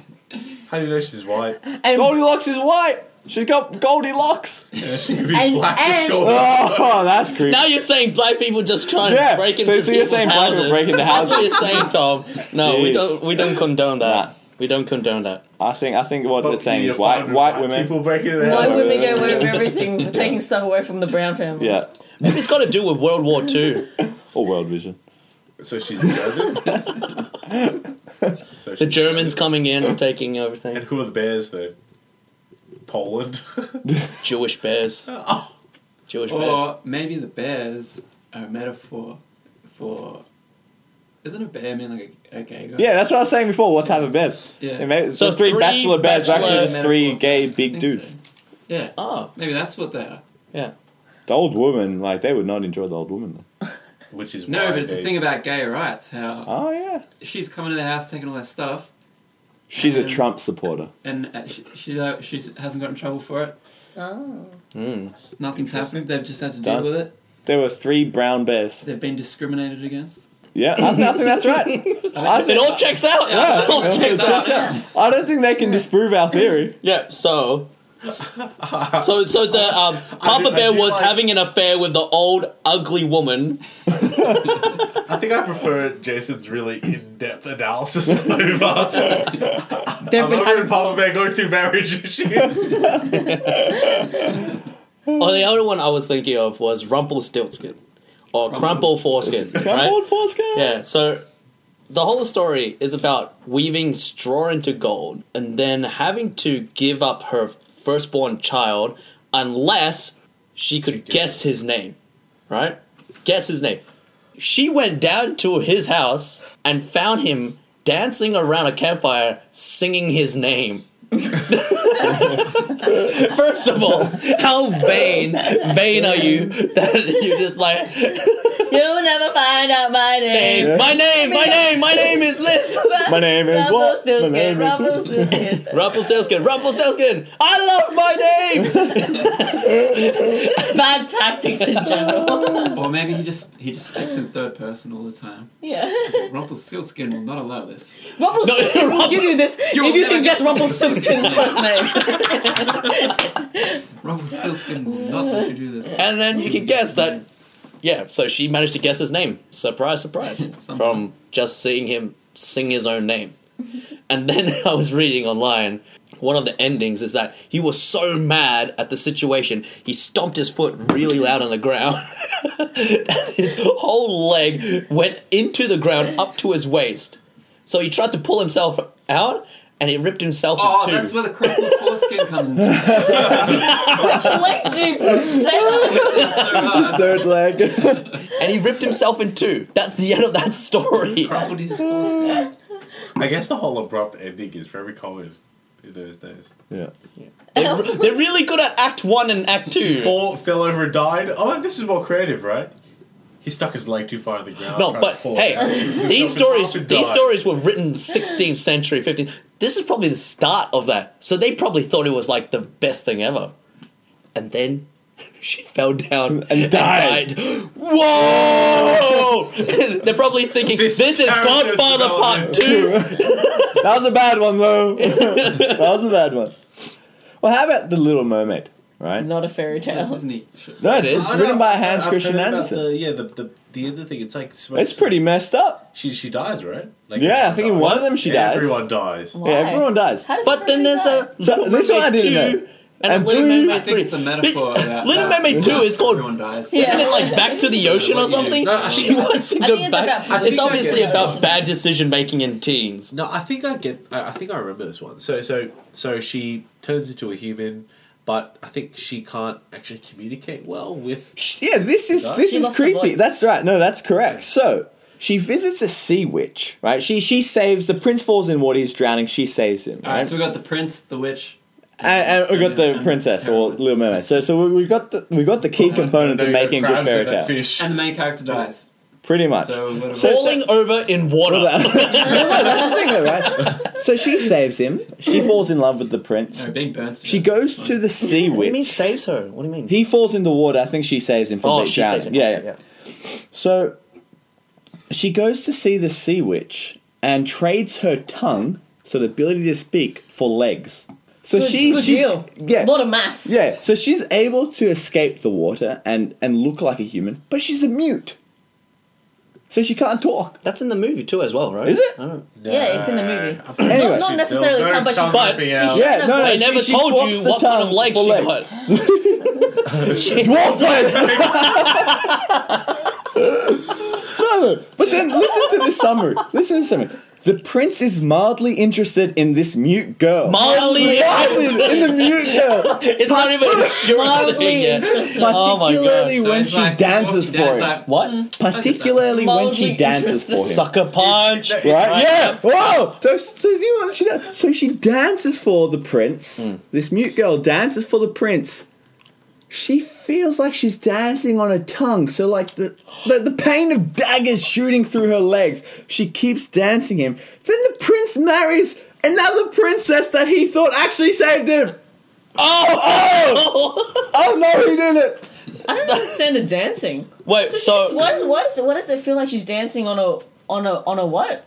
How do you know she's white?
And
Goldilocks is white. She's got Goldilocks.
Yeah, she could be
And-
black
and-
with Goldilocks.
Oh, that's creepy.
Now you're saying black people just try and
Yeah,
break
so-
into
so you're
people's
saying black people
houses.
break into
That's what
houses.
you're saying, Tom. No, we
Jeez.
don't. We don't condone that.
Nah.
We don't condone that.
I think I think what
But
they're saying
you're
is white
fine with
white women.
people breaking it
Why
out.
would we get away with everything? We're taking stuff away from the brown families.
Yeah,
Maybe it's got to do with World War Two.
or world vision.
So she's German. so
The
she's
Germans coming in and taking
And
everything.
who are the bears though? Poland.
Jewish bears. Jewish
Oh.
bears.
Or maybe the bears are a metaphor for. Isn't a bear mean like a, a gay guy?
Yeah, that's what I was saying before. What type of bears?
Yeah.
It may-
So
so three
three
bachelor bears, are actually
bachelor-
just three gay
I
big
think
dudes.
so. Yeah.
Oh,
Maybe that's what they are.
The old woman, like they would not enjoy the old woman.
Which is
No,
why
but it's
they-
the thing about gay rights how
Oh yeah,
she's coming to the house taking all their stuff
she's a
Um,
Trump supporter.
and uh, she, she's, uh, she's hasn't got in trouble for it.
Oh.
mm.
Nothing's happened. They've just had to deal
Done.
with it.
There were three brown bears.
They've been discriminated against.
Yeah, I, think- I think that's right. I
it
think,
all checks out.
Yeah.
It all checks out.
I don't think they can disprove our theory.
Yeah. So. So, so the um, Papa
do- I
Bear
do
was
like-
having an affair with the old ugly woman.
I think I prefer Jason's really in-depth analysis over.
They've
I'm
been
over in
having
Papa Bear going through marriage issues.
Oh, the other one I was thinking of was Rumpelstiltskin or Crumple Foreskin,
Come
right?
on, Fosco.
Yeah. So the whole story is about weaving straw into gold and then having to give up her firstborn child unless she could guess his name, right? Guess his name. She went down to his house and found him dancing around a campfire singing his name. First of all, how vain, vain are you that you just like
You'll never find out my name.
Hey, my name, my name, my name is this.
My name is what? My
Rumpelstiltskin,
name is-
Rumpelstiltskin.
Rumpelstiltskin, Rumpelstiltskin. I love my name.
Bad tactics in general.
Or maybe he just he just speaks in third person all the time.
yeah.
Rumpelstiltskin will not allow this.
Rumpelstiltskin will give you this
You'll
if you
never
can guess
get-
Rumpelstiltskin's first name.
Rumpelstiltskin will not let you do this.
And then you can guess that. Yeah, so she managed to guess his name. Surprise, surprise. From just seeing him sing his own name. And then I was reading online. One of the endings is that he was so mad at the situation, he stomped his foot really loud on the ground. his whole leg went into the ground up to his waist. So he tried to pull himself out, and he ripped himself
Oh,
in two.
that's where the crippled foreskin comes into it.
Legs you pushed down.
It's so hard.
Third leg.
and he ripped himself in two. That's the end of that story.
Crumpled his foreskin.
I guess the whole abrupt ending is very common in those days.
yeah.
They're, they're really good at Act One and Act Two.
Four fell over and died. Oh, this is more creative, right? He stuck his leg too far in the ground.
No,
tried to
but
pull it out.
hey, these
Something
stories
else would
these
die.
stories were written 16th century, 15th. This is probably the start of that. So they probably thought it was like the best thing ever. And then she fell down
And died.
Whoa! They're probably thinking this,
This
is
character
Godfather Part Two.
That was a bad one, though. that was a bad one. Well, how about The Little Mermaid, right?
Not a fairy tale.
Disney.
No, it
It
is.
is.
It's
I
written
know,
by
I've-
Hans
Oh, I've
Christian
heard about
Andersen.
The, yeah, the, the the end thing. It's like
It's pretty messed up.
She she dies, right? Like
Yeah, I
everyone
think in
dies.
one of them she dies.
Everyone dies.
Why?
Yeah, everyone dies.
How does
But then
everybody
there's a
So,
Little
this one I
Mermaid
didn't know.
Two and,
And
a Little
do you-
I
Mermaid
think
Three.
it's a metaphor. About
Little
that.
Mermaid Two is
Everyone
called.
dies.
Yeah.
Isn't it like back to the ocean or
What you do.
something?
No, I-
she wants to
I
go
think it's
back.
about- I
it's
think I
obviously
get it.
about bad decision making in teens.
No, I think I get. I, I think I remember this one. So, so, so she turns into a human, but I think she can't actually communicate well with.
Yeah, this is this
She
is
lost her
creepy.
voice.
That's right. No, that's correct. So she visits a sea witch, right? She she saves the prince falls in water. He's drowning. She saves him,
All right,
right?
so we got the prince, the witch.
and, and we got the
and-
princess or Little Mermaid. So so we, we got the we got the key component to
They
making
crabs
good
in
fairy
that
tale.
Fish.
and the main character dies.
Pretty much.
So what
So-
about
falling over in water.
Well, that- No, no, that's the thing, though, right? So she saves him. She falls in love with the prince.
no, being burnt? to
She
death.
goes to the sea
What do you mean
witch.
saves her? What do you mean?
He falls in the water. I think she saves him from
oh,
the
she saves him.
drowning. Yeah, yeah. So she goes to see the sea witch and trades her tongue, so the ability to speak, for legs. So
Good-
she,
good
she's
deal.
yeah.
A lot of mass.
Yeah, so she's able to escape the water and, and look like a human, but she's a mute. So she can't talk.
That's in the movie too, as well, right?
Is it?
I don't.
Yeah, it's in the movie.
Anyway.
Not, not necessarily
There's no
tongue, but
tongue
she,
ripping
she
out.
showed
Yeah,
her
no, no,
They
voice.
never
she
told
swaps
you
the
what kind of
tongue
leg
for
she
legs.
got.
Dwarf legs! no, no, but then listen to this summary. Listen to this summary. The prince is mildly interested in this mute girl.
Mildly,
Mildly in the mute girl.
it's not even a sure
Mildly
thing yet.
interested.
Oh my
Particularly Mm.
god!
So
when
it's
she
like,
dances
walking down,
for
it's
him.
like,
What?
Particularly when she
Mildly
dances for him.
interested.
Sucker punch.
Right,
Right?
Right.
Yeah. Whoa. So, so you know, she does- so she dances for the prince. This mute girl dances for the prince. She feels like she's dancing on her tongue. So like the the, the pain of daggers shooting through her legs. She keeps dancing him. Then the prince marries another princess that he thought actually saved him.
Oh, oh!
Oh no, he didn't.
I don't understand her dancing.
Wait,
So, she just,
so
why does why does why does it feel like she's dancing on a on a on a what?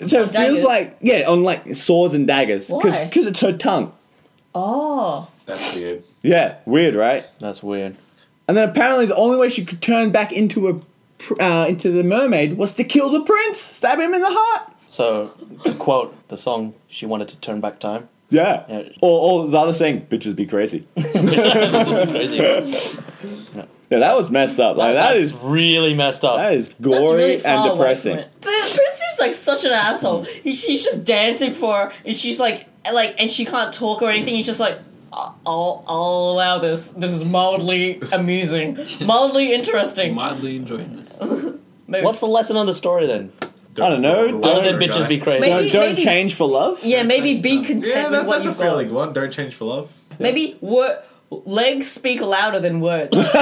So it feels
Daggers.
like yeah, on like swords and daggers.
Why?
Because it's her tongue.
Oh,
That's weird.
Yeah. Weird, right?
that's weird.
And then apparently the only way she could turn back into a pr- uh, into the mermaid was to kill the prince, stab him in the heart.
So, to quote the song, she wanted to turn back time.
Yeah.
Yeah.
Or, or the other saying, bitches be crazy.
Crazy. That,
Yeah, that was messed up. Like that is
really messed up.
that is
that's
glory
really far
and
away from
depressing.
it. The prince seems like such an asshole. He, she's just dancing for, her, and she's like like, and she can't talk or anything. He's just like. I'll, I'll I'll allow this. This is mildly amusing, mildly interesting.
Mildly enjoying this.
Maybe.
What's the lesson of the story then?
I don't know.
Other than
Don't
Guy.
bitches be crazy.
Maybe-
don't, don't change for love.
yeah, maybe be content
Yeah,
with
that,
what
that's a
you've got.
feeling one. Don't change for love.
Maybe wor- legs speak louder than words.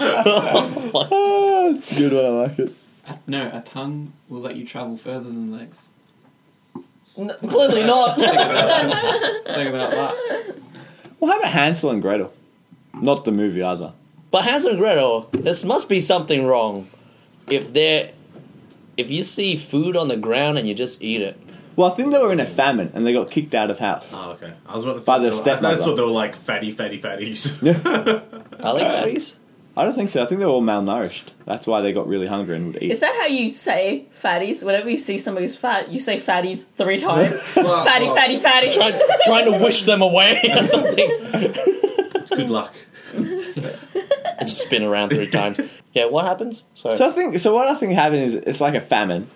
Ah, it's a good one. I like it.
No, a tongue will let you travel further than legs.
N- clearly not.
Think about that.
Well, how about Hansel and Gretel? Not the movie either.
But Hansel and Gretel, this must be something wrong. If they're, if you see food on the ground and you just eat it,
Well, I think they were in a famine and they got kicked out of house.
Oh, okay. I was about to
By
think
their
they were- I
stepmother.
thought they were like fatty, fatty, fatties.
are they fatties?
I don't think so. I think they were all malnourished. That's why they got really hungry and would eat.
Is that how you say fatties? Whenever you see somebody who's fat, you say fatties three times.
Well,
fatty,
well,
fatty, fatty.
Trying, trying to wish them away or something.
Good luck.
And just spin around three times. Yeah, what happens? So,
So I think so. What I think happened is it's like a famine,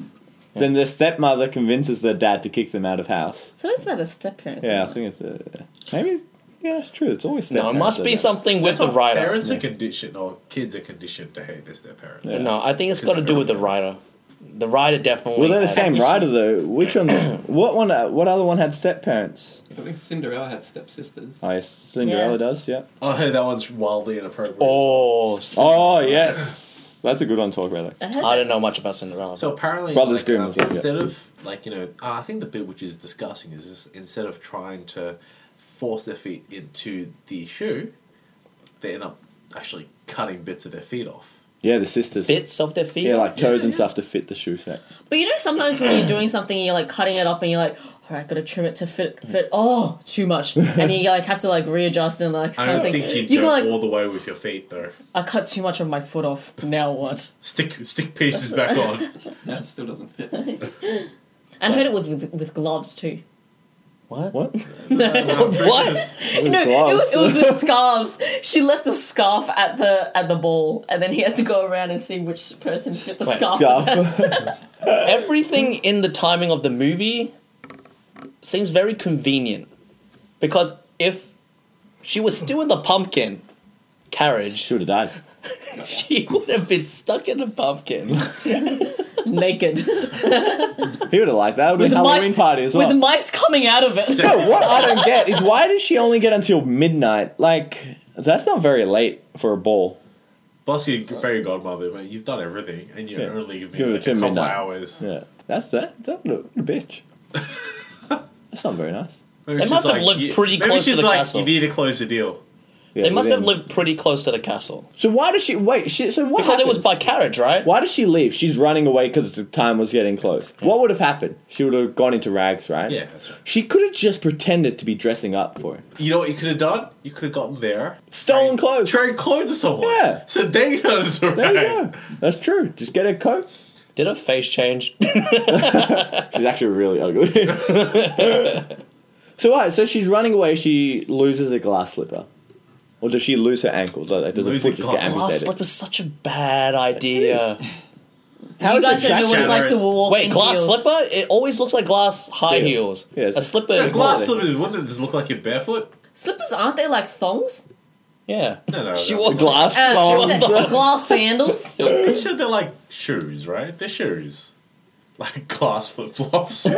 Then their stepmother convinces their dad to kick them out of house.
So it's about the step parents.
Yeah, I think it's a, maybe. Yeah, it's true. It's always
No, it
stepparents
must
that
be
do
something with
That's
the
what
writer.
Parents are conditioned, or kids are conditioned to hate this their parents.
Yeah.
No, I think it's
'Cause
got to
of
do with the
her
writer. The writer definitely.
Well, they're the
had-
same
issues.
writer though. Which one? what one? uh, What other one had step parents?
I think Cinderella had stepsisters.
I Cinderella
Yeah.
does. Yeah.
I heard that one's wildly inappropriate.
Oh, s-
Oh yes, that's a good one to talk about. Though.
I heard
I
that.
don't know much about Cinderella.
So apparently,
Brothers
like,
Grimm
um,
as well, yeah.
instead of like you know, uh, I think the bit which is disgusting is this, instead of trying to force their feet into the shoe, they end up actually cutting bits of their feet off.
Yeah, the sisters.
bits of their feet.
Yeah, like toes and
yeah.
stuff to fit the shoe set.
But you know, sometimes when you're doing something, you're like cutting it up, and you're like, "All right, gotta trim it to fit fit." Oh, too much, and you like have to like readjust and like
I
kind
don't
of think,
think you,
you
go
can like,
all the way with your feet though.
"I cut too much of my foot off. Now what?"
Stick stick pieces back on.
That still doesn't fit.
And I heard it was with with gloves too.
What?
What?
no,
What?
no, it
Gloves.
was, it was with scarves. She left a scarf at the at the ball, and then he had to go around and see which person fit the
Wait,
scarf.
scarf.
best.
Everything in the timing of the movie seems very convenient because if she was still in the pumpkin carriage,
Should have died.
she would have been stuck in a pumpkin.
Naked
He would have liked that. It would have
with
been Halloween
mice
party as well.
with mice coming out of it.
no, what I don't get is why does she only get until midnight? Like that's not very late for a ball.
Boss your fairy godmother, mate. You've done everything, and you
Yeah.
only give me
Give it
like,
to
a couple
midnight.
hours.
Yeah, that's that. That little bitch. That's not very nice.
Maybe
They
she's
must have lived
you-
pretty
maybe
close to
she's
the
like,
castle.
You need to close the deal.
Yeah,
They must have
within-
lived pretty close to the castle
So why does she wait? She, so what?
because it was
happened?
by carriage, right?
Why does she leave? She's running away because the time was getting close. What would have happened? She would have gone into rags, right?
Yeah, that's right.
She could have just pretended to be dressing up for it.
You know what you could have done? You could have gotten there,
Stolen clothes.
trade clothes with someone.
Yeah.
So they know it's right.
there you go. That's true. Just get a coat.
Did her face change?
She's actually really ugly. so what? So she's running away. She loses a glass slipper, or does she lose her ankle? Like, does her
Lose
foot
a
just get
glass
Glass
amputated?
slip was such a bad idea.
How
you
is
guys
it
don't know what it's
jacket?
like to walk
Wait,
in
glass
heels.
slipper? It always looks like glass high
Yeah.
heels.
Yeah, it's-
a slipper
Yeah,
is
glass
more than-
slippers, wouldn't it just look like you're barefoot?
Slippers aren't they like thongs?
Yeah.
No, no,
she
no.
wore
Glass
Uh,
thongs.
sa- glass sandals.
Pretty sure they're like shoes, right? They're shoes. Like glass flip flops.
There's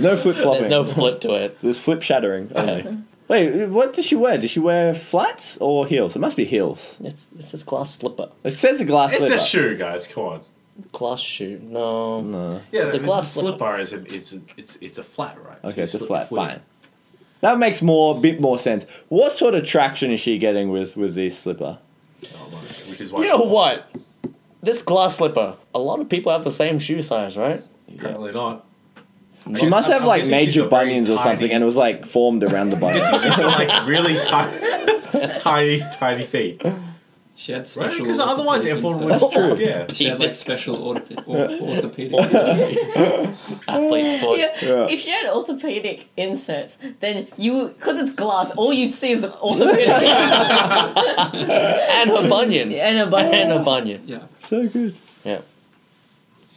no flip flopping.
There's no flip to it.
There's flip shattering only. Wait, what does she wear? Does she wear flats or heels? It must be heels.
It's this is glass slipper.
It says a glass
it's
slipper.
a shoe, guys, come on.
Glass shoe. No.
No.
Yeah,
It's a glass slipper.
slipper is an, it's, a, it's, it's a flat, right? So
Okay,
you
it's a
slip
flat.
your foot in.
Fine. That makes more bit more sense. What sort of traction is she getting with with this slipper?
Oh, my, which is why
You know what? This glass slipper. A lot of people have the same shoe size, right?
Apparently not.
She must
I'm-
have
I'm
like
guessing she's
major
got very
bunions or something,
tiny-
and it was like formed around the bunion.
She's got like really tiny, tiny, tiny feet.
She had
Right?
special.
Because otherwise,
orthopedic
everyone would.
That's
concerns.
true.
Yeah.
She had like
Yes.
special ortho- or- orthopedic.
Athlete's foot.
Yeah.
Yeah.
If she had orthopedic inserts, then you because it's glass, all you'd see is orthopedic inserts
And her bunion.
and a button.
And her bunion.
yeah.
so good.
Yeah.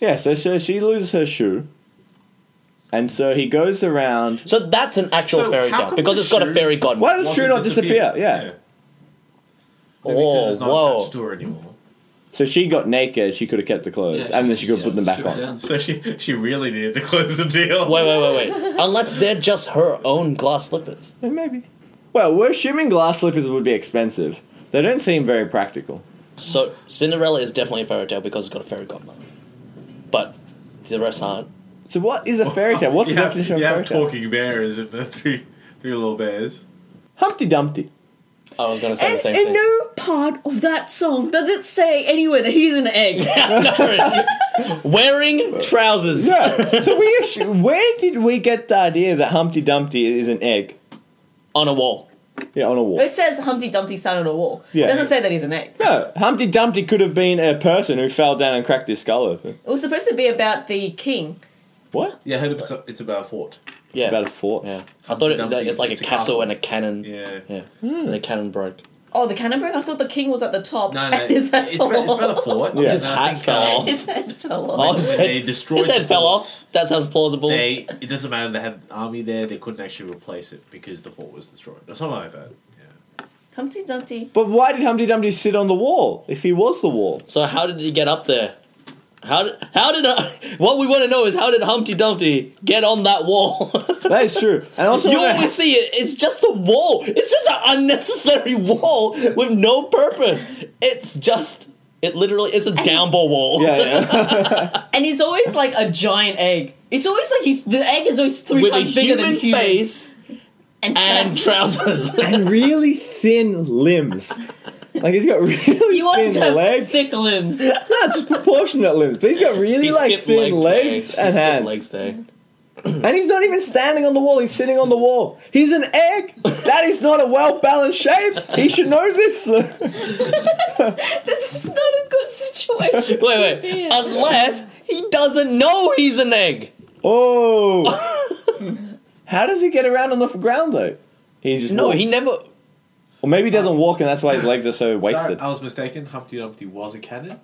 Yeah. So so she loses her shoe, and so he goes around.
So that's an actual
So
fairy
how
tale
come
because
the
it's got a
shoe-
fairy godmother.
Why does the
Wasn't
shoe not disappear?
disappeared.
Yeah.
Yeah, because
Oh,
it's not
whoa.
attached to her anymore.
So she got naked. She could have kept the clothes,
Yeah,
and then she could have put them back
Strip
on.
down.
So she she really needed to close the deal.
Wait, wait, wait, wait. Unless they're just her own glass slippers.
Eh, Maybe. Well, we're assuming glass slippers would be expensive. They don't seem very practical.
So Cinderella is definitely a fairy tale because it's got a fairy godmother. But the rest aren't.
So what is a fairy tale? What's
you
the
have,
definition of
you
fairy
have
tale?
talking bears and the three three little bears.
Humpty Dumpty.
I was gonna say the
And
same
in
thing.
no part of that song does it say anywhere that he's an egg.
Wearing trousers.
Yeah. so we assume, where did we get the idea that Humpty Dumpty is an egg?
on a wall.
Yeah, on a wall.
it says Humpty Dumpty sat on a wall.
Yeah.
It doesn't say that he's an egg.
No, Humpty Dumpty could have been a person who fell down and cracked his skull open.
It was supposed to be about the king.
What?
Yeah, I heard it's, it's about a fort.
Yeah.
About a fort.
yeah. I thought it,
Dumpty,
it's like a
it's a
castle
castle.
and a cannon.
Hmm.
Yeah.
Yeah. And the cannon broke.
Oh, the Cannonburn? I thought the king was at the top.
No, no,
and his head
it's,
fell
about, it's
off.
about a fort.
Yeah.
And
His
I
hat
think,
fell
um,
off.
His head fell
Oh,
off.
his
They
head,
destroyed
his head
the
fell
forts.
off. That sounds plausible.
They it doesn't matter. They had an army there. They couldn't actually replace it because the fort was destroyed or something like that. Yeah.
Humpty Dumpty.
But why did Humpty Dumpty sit on the wall if he was the wall?
So how did he get up there? How did how did uh, what we want to know is how did Humpty Dumpty get on that wall?
That is true. And also,
you always see it. It's just a wall. It's just an unnecessary wall with no purpose. It's just it literally it's a
it's-
downball wall.
yeah, yeah.
And he's always like a giant egg. It's always like he's the egg is always three
With a
times bigger than
human
human
face and trousers.
and really thin limbs. Like he's got really
You want him
thin
to have
legs.
thick limbs.
Nah, just proportionate limbs. But he's got really
He
like
skipped
thin legs,
day. He
and
skipped
hands.
legs day.
And he's not even standing on the wall, he's sitting on the wall. He's an egg! That is not a well balanced shape! He should know this!
this is not a good situation.
Wait,
to be
wait.
in.
Unless he doesn't know he's an egg.
oh! How does he get around on the f- ground though? He just
No,
walks.
he never.
Or maybe he doesn't walk and that's why his legs are so wasted.
Sorry, I was mistaken. Humpty Dumpty was a cannon,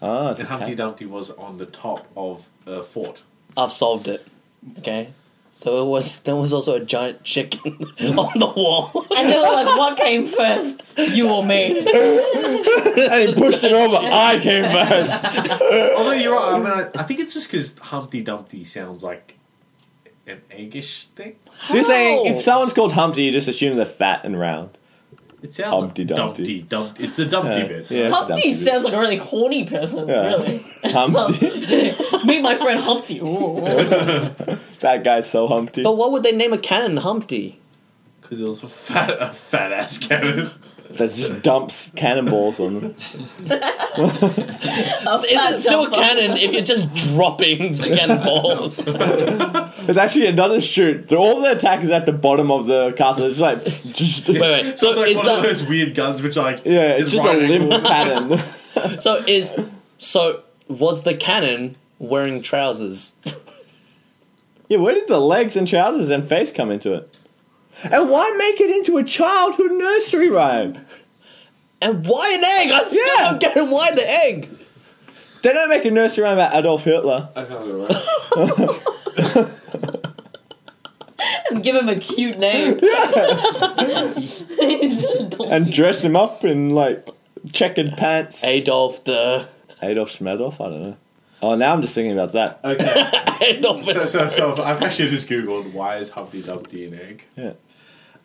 ah, it's
and
okay.
Humpty Dumpty was on the top of a fort.
I've solved it. Okay. So it was. There was also a giant chicken on the wall.
And they were like, what came first? You or me?
and he pushed it over. I came first.
Although Oh, you're right. I mean, I, I think it's just because Humpty Dumpty sounds like an eggish thing.
So you're saying
How?
if someone's called Humpty, you just assume they're fat and round.
It sounds
Humpty
like
Dumpty.
Dumpty. Dumpty. It's the Dumpty
Yeah,
bit.
Uh, yeah.
Humpty
Dumpty.
sounds like a really horny person,
Yeah.
really.
Humpty.
Meet my friend Humpty. Ooh, ooh.
that guy's so Humpty.
But what would they name a cannon Humpty?
Because it was a fat, a fat ass cannon.
That just dumps cannonballs on them.
A
Is
fat
it still a
jumper.
cannon if you're just dropping the cannonballs?
It's actually it doesn't shoot. The- All the attack is at the bottom of the castle. It's like just,
Wait, wait. So
it's like
is
one of
that?
those weird guns which like
yeah, it's
is
just a
right
limb
angled.
pattern.
So is so was the cannon wearing trousers?
yeah, where did the legs and trousers and face come into it? And why make it into a childhood nursery rhyme?
And why an egg? I still
Yeah.
don't get it. Why the egg?
They don't make a nursery rhyme about Adolf Hitler.
I can't remember. It's
And give him a cute name.
And dress him up in like checkered pants.
Adolf the
Adolf Schmedolf, I don't know. Oh, now I'm just thinking about that.
Okay.
Adolf.
so, so, so I've actually just googled why is Humpty Dumpty an egg.
Yeah.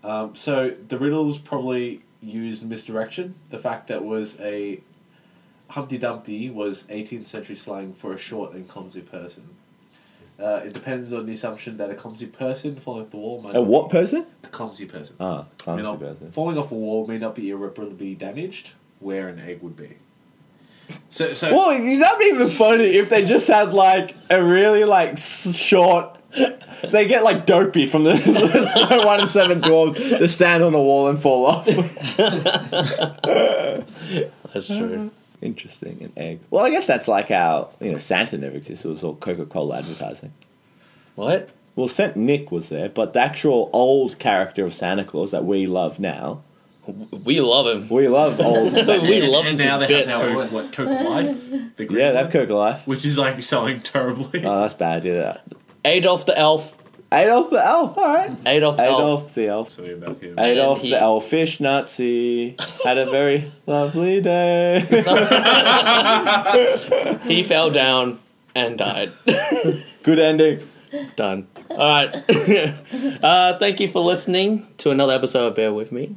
Um, so the riddles probably used misdirection. The fact that was a Humpty Dumpty was 18th century slang for a short and clumsy person. Uh, it depends on the assumption that a clumsy person falling off the wall
A
might not be-
what person?
A clumsy person.
Ah, clumsy
May not-
person.
Falling off a wall may not be irreparably damaged, where an egg would be. So, so
Well, it- that'd be even funny if they just had like a really like s- short. They get like dopey from the, the one and seven dwarves. They stand on the wall and fall off.
That's true.
Interesting, an egg. Well, I guess that's like how you know Santa never existed. It was all Coca Cola advertising.
What?
Well, Saint Nick was there, but the actual old character of Santa Claus that we love now,
We love him.
we love old. Saint
we
and,
love him.
and now
to
they have
bits.
now Coke, what Coke Life, the green
yeah,
one,
that Coca Life.
which is like selling terribly.
Oh, that's bad. Yeah,
Adolf the elf.
Adolf the elf. All right,
Adolf, elf.
Adolf the elf.
Something about him.
Adolf
he-
the Elfish Nazi had a very lovely day.
He fell down and died.
Good ending.
Done. All right. uh, thank you for listening to another episode of Bear With Me.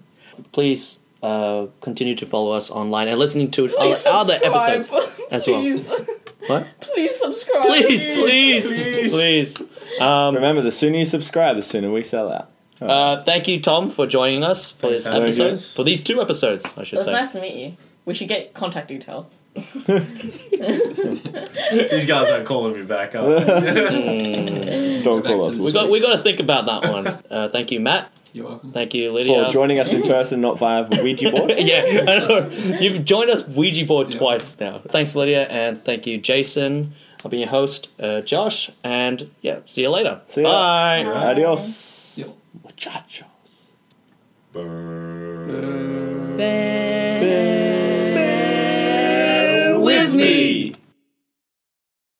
Please uh, continue to follow us online and listening to our
Please
Oh, other
subscribe.
episodes as well.
Please.
What?
Please subscribe.
Please, please, please. Um,
Remember, the sooner you subscribe, the sooner we sell out.
uh, thank you, Tom, for joining us for this
Thanks, Adam.
episode.
Yes.
For these two episodes, I
It
should
was
say.
nice to meet you. We should get contact details.
These guys aren't calling me back up.
Don't call us.
Um, We
For
got, we got to think about that one. Uh, thank you, Matt.
You're welcome.
Thank you, Lydia.
joining us in person, not via Ouija board.
yeah, I know. You've joined us Ouija board twice now. Thanks, Lydia, and thank you, Jason. I'll be your host, uh, Josh, and yeah, see you later.
See ya.
Bye.
Adios.
See ya.
Muchachos.
Burn.
bear